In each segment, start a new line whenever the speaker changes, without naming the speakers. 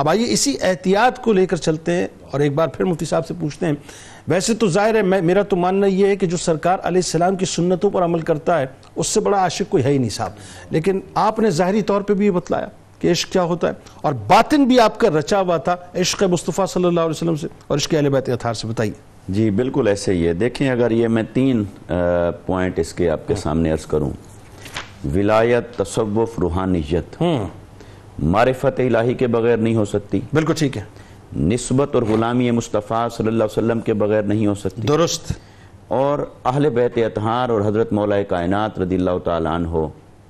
اب آئیے اسی احتیاط کو لے کر چلتے ہیں اور ایک بار پھر مفتی صاحب سے پوچھتے ہیں ویسے تو ظاہر ہے میں- میرا تو ماننا یہ ہے کہ جو سرکار علیہ السلام کی سنتوں پر عمل کرتا ہے اس سے بڑا عاشق کوئی ہے ہی نہیں صاحب لیکن آپ نے ظاہری طور پہ بھی یہ بتلایا کہ عشق کیا ہوتا ہے اور باطن بھی آپ کا رچا ہوا تھا عشق مصطفیٰ صلی اللہ علیہ وسلم سے اور عشق اہل بیت اطہار سے بتائیے
جی بالکل ایسے ہی ہے دیکھیں اگر یہ میں تین پوائنٹ اس کے آپ کے سامنے عرض کروں ولایت تصوف روحانیت معرفت الہی کے بغیر نہیں ہو سکتی
بالکل ٹھیک ہے
نسبت اور غلامی مصطفیٰ صلی اللہ علیہ وسلم کے بغیر نہیں ہو سکتی
درست
اور اہل بیت اطہار اور حضرت مولا کائنات رضی اللہ تعالیٰ عنہ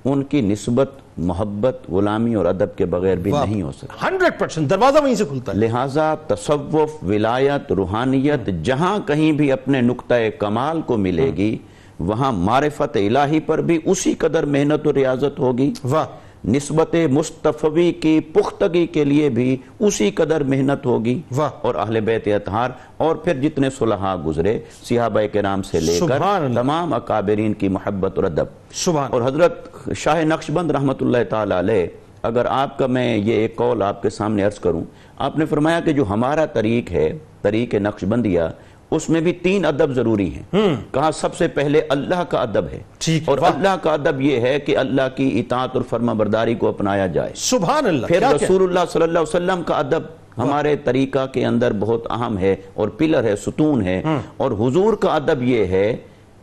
ان کی نسبت محبت غلامی اور ادب کے بغیر بھی نہیں ہو سکتی
ہنڈریڈ پرسینٹ دروازہ وہیں سے کھلتا ہے
لہٰذا تصوف ولایت روحانیت جہاں کہیں بھی اپنے نقطۂ کمال کو ملے گی وہاں معرفت الہی پر بھی اسی قدر محنت و ریاضت ہوگی
واہ
نسبت مصطفی کی پختگی کے لیے بھی اسی قدر محنت ہوگی
واہ۔
اور اہل بیت اطہار اور پھر جتنے صلحاء گزرے صحابہ کرام سے لے کر
سبحان اللہ۔
تمام اکابرین کی محبت اور ادب
سبحان
اور حضرت شاہ نقش بند رحمت اللہ تعالی علیہ اگر آپ کا میں یہ ایک قول آپ کے سامنے عرض کروں آپ نے فرمایا کہ جو ہمارا طریق ہے طریق نقش بندیا اس میں بھی تین ادب ضروری ہیں کہا سب سے پہلے اللہ کا ادب ہے
ٹھیک ہے،
اور
واہ۔
اللہ کا ادب یہ ہے کہ اللہ کی اطاعت اور فرما برداری کو اپنایا جائے
سبحان اللہ
پھر
کیا کیا-
رسول اللہ صلی اللہ علیہ وسلم کا ادب ہمارے طریقہ کے اندر بہت اہم ہے اور پلر ہے ستون ہے
ہاں۔
اور حضور کا ادب یہ ہے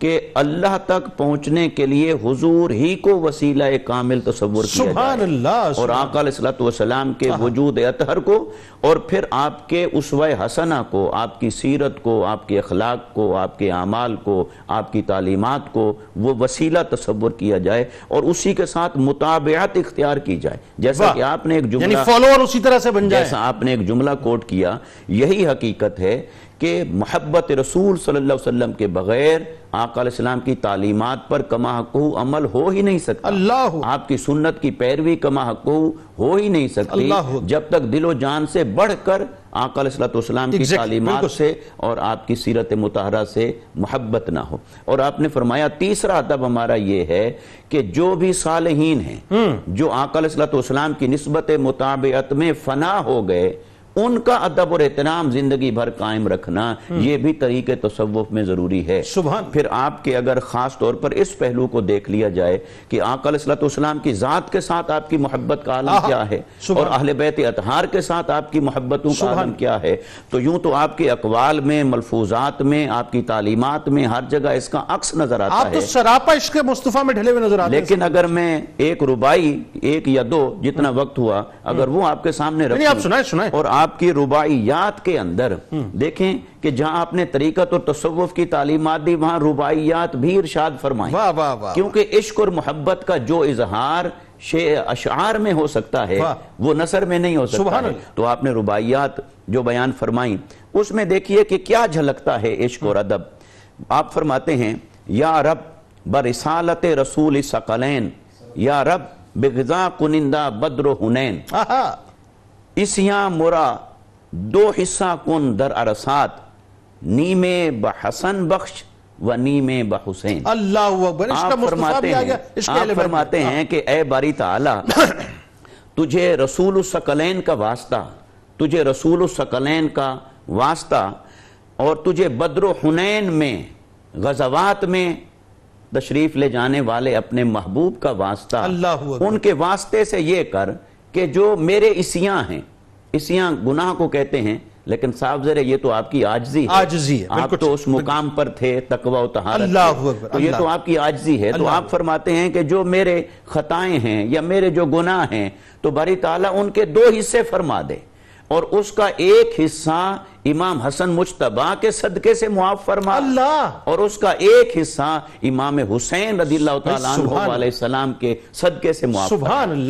کہ اللہ تک پہنچنے کے لیے حضور ہی کو وسیلہ کامل تصور کیا
سبحان
جائے
اللہ
اور آقا علیہ السلط والسلام کے وجود اطہر کو اور پھر آپ کے اسوہ حسنہ کو آپ کی سیرت کو آپ کے اخلاق کو آپ کے اعمال کو آپ کی تعلیمات کو وہ وسیلہ تصور کیا جائے اور اسی کے ساتھ مطابعت اختیار کی جائے جیسا
واہ۔
کہ آپ نے ایک
یعنی
جملہ
فالوور اسی طرح سے بن جائے
جیسا آپ نے ایک جملہ کوٹ کیا یہی حقیقت ہے کہ محبت رسول صلی اللہ علیہ وسلم کے بغیر آقا علیہ السلام کی تعلیمات پر کما حقو عمل ہو ہی نہیں سکتا
اللہ
آپ کی سنت کی پیروی کما حقو ہو ہی نہیں سکتی
اللہ
جب تک دل و جان سے بڑھ کر آقا علیہ السلام والسلام کی
Exactly، بالکل۔
تعلیمات سے اور آپ کی سیرت متحرہ سے محبت نہ ہو اور آپ نے فرمایا تیسرا ادب ہمارا یہ ہے کہ جو بھی صالحین ہیں جو آقا علیہ السلام والسلام کی نسبت مطابعت میں فنا ہو گئے ان کا ادب اور احترام زندگی بھر قائم رکھنا یہ بھی طریق تصوف میں ضروری ہے
سبحان
پھر آپ کے اگر خاص طور پر اس پہلو کو دیکھ لیا جائے کہ آقا علیہ الصلوۃ والسلام کی ذات کے ساتھ آپ کی محبت کا عالم
آہا،
کیا ہے
سبحان
اور اہل بیت اطہار کے ساتھ آپ کی محبتوں کا
سبحان
عالم کیا ہے تو یوں تو آپ کے اقوال میں ملفوظات میں آپ کی تعلیمات میں ہر جگہ اس کا عکس نظر آتا
آپ
ہے
تو سراپا عشق مصطفیٰ میں ڈھلے ہوئے نظر آتے ہیں
لیکن اگر میں ایک ربائی ایک یا دو جتنا وقت ہوا اگر وہ آپ کے سامنے
ہاں۔ نہیں، آپ سنائیں،
رکھوں
سنائیں۔
اور آپ کی رباعیات کے اندر دیکھیں کہ جہاں آپ نے طریقت اور تصوف کی تعلیمات دی وہاں رباعیات بھی ارشاد فرمائیں
واہ واہ واہ
کیونکہ عشق اور محبت کا جو اظہار شعر اشعار میں ہو سکتا ہے
واہ۔
وہ نثر میں نہیں ہو سکتا
سبحان
ہے
اللہ۔
تو آپ نے رباعیات جو بیان فرمائیں اس میں دیکھیے کہ کیا جھلکتا ہے عشق اور ادب آپ فرماتے ہیں یا رب برسالت رسول ثقلین یا رب بغذا کنندہ بدر و حنین
آہا
اسیاں مرا دو حصہ کن در ارسات نیمے بحسن بخش و نیمے بحسین
اللہ اکبر عشق
آپ
مصطفیٰ
فرماتے
بھی آ
ہیں
گیا عشق
آپ
اہل بیت
فرماتے ہیں کہ اے باری تعالی تجھے رسول السکلین کا واسطہ تجھے رسول السکلین کا واسطہ اور تجھے بدر و حنین میں غزوات میں تشریف لے جانے والے اپنے محبوب کا واسطہ
اللہ اکبر۔
ان کے واسطے سے یہ کر کہ جو میرے اسیاں ہیں اسیاں گناہ کو کہتے ہیں لیکن صاف زیر ہے یہ تو آپ کی آجزی ہے
عاجزی ہے،
آپ
بالکل
تو اس مقام پر تھے تقوی و طہارت
اللہ
کے۔
اکبر،
تو یہ
اللہ
تو آپ کی آجزی ہے تو
اللہ
آپ فرماتے ہیں کہ جو میرے خطائیں ہیں یا میرے جو گناہ ہیں تو باری تعالیٰ ان کے دو حصے فرما دے اور اس کا ایک حصہ امام حسن مجتبہ کے صدقے سے معاف فرما
اللہ
اور اس کا ایک حصہ امام حسین رضی اللہ تعالیٰ عنہ
سبحان
علیہ السلام کے صدقے سے معاف فرما
سبحان اللہ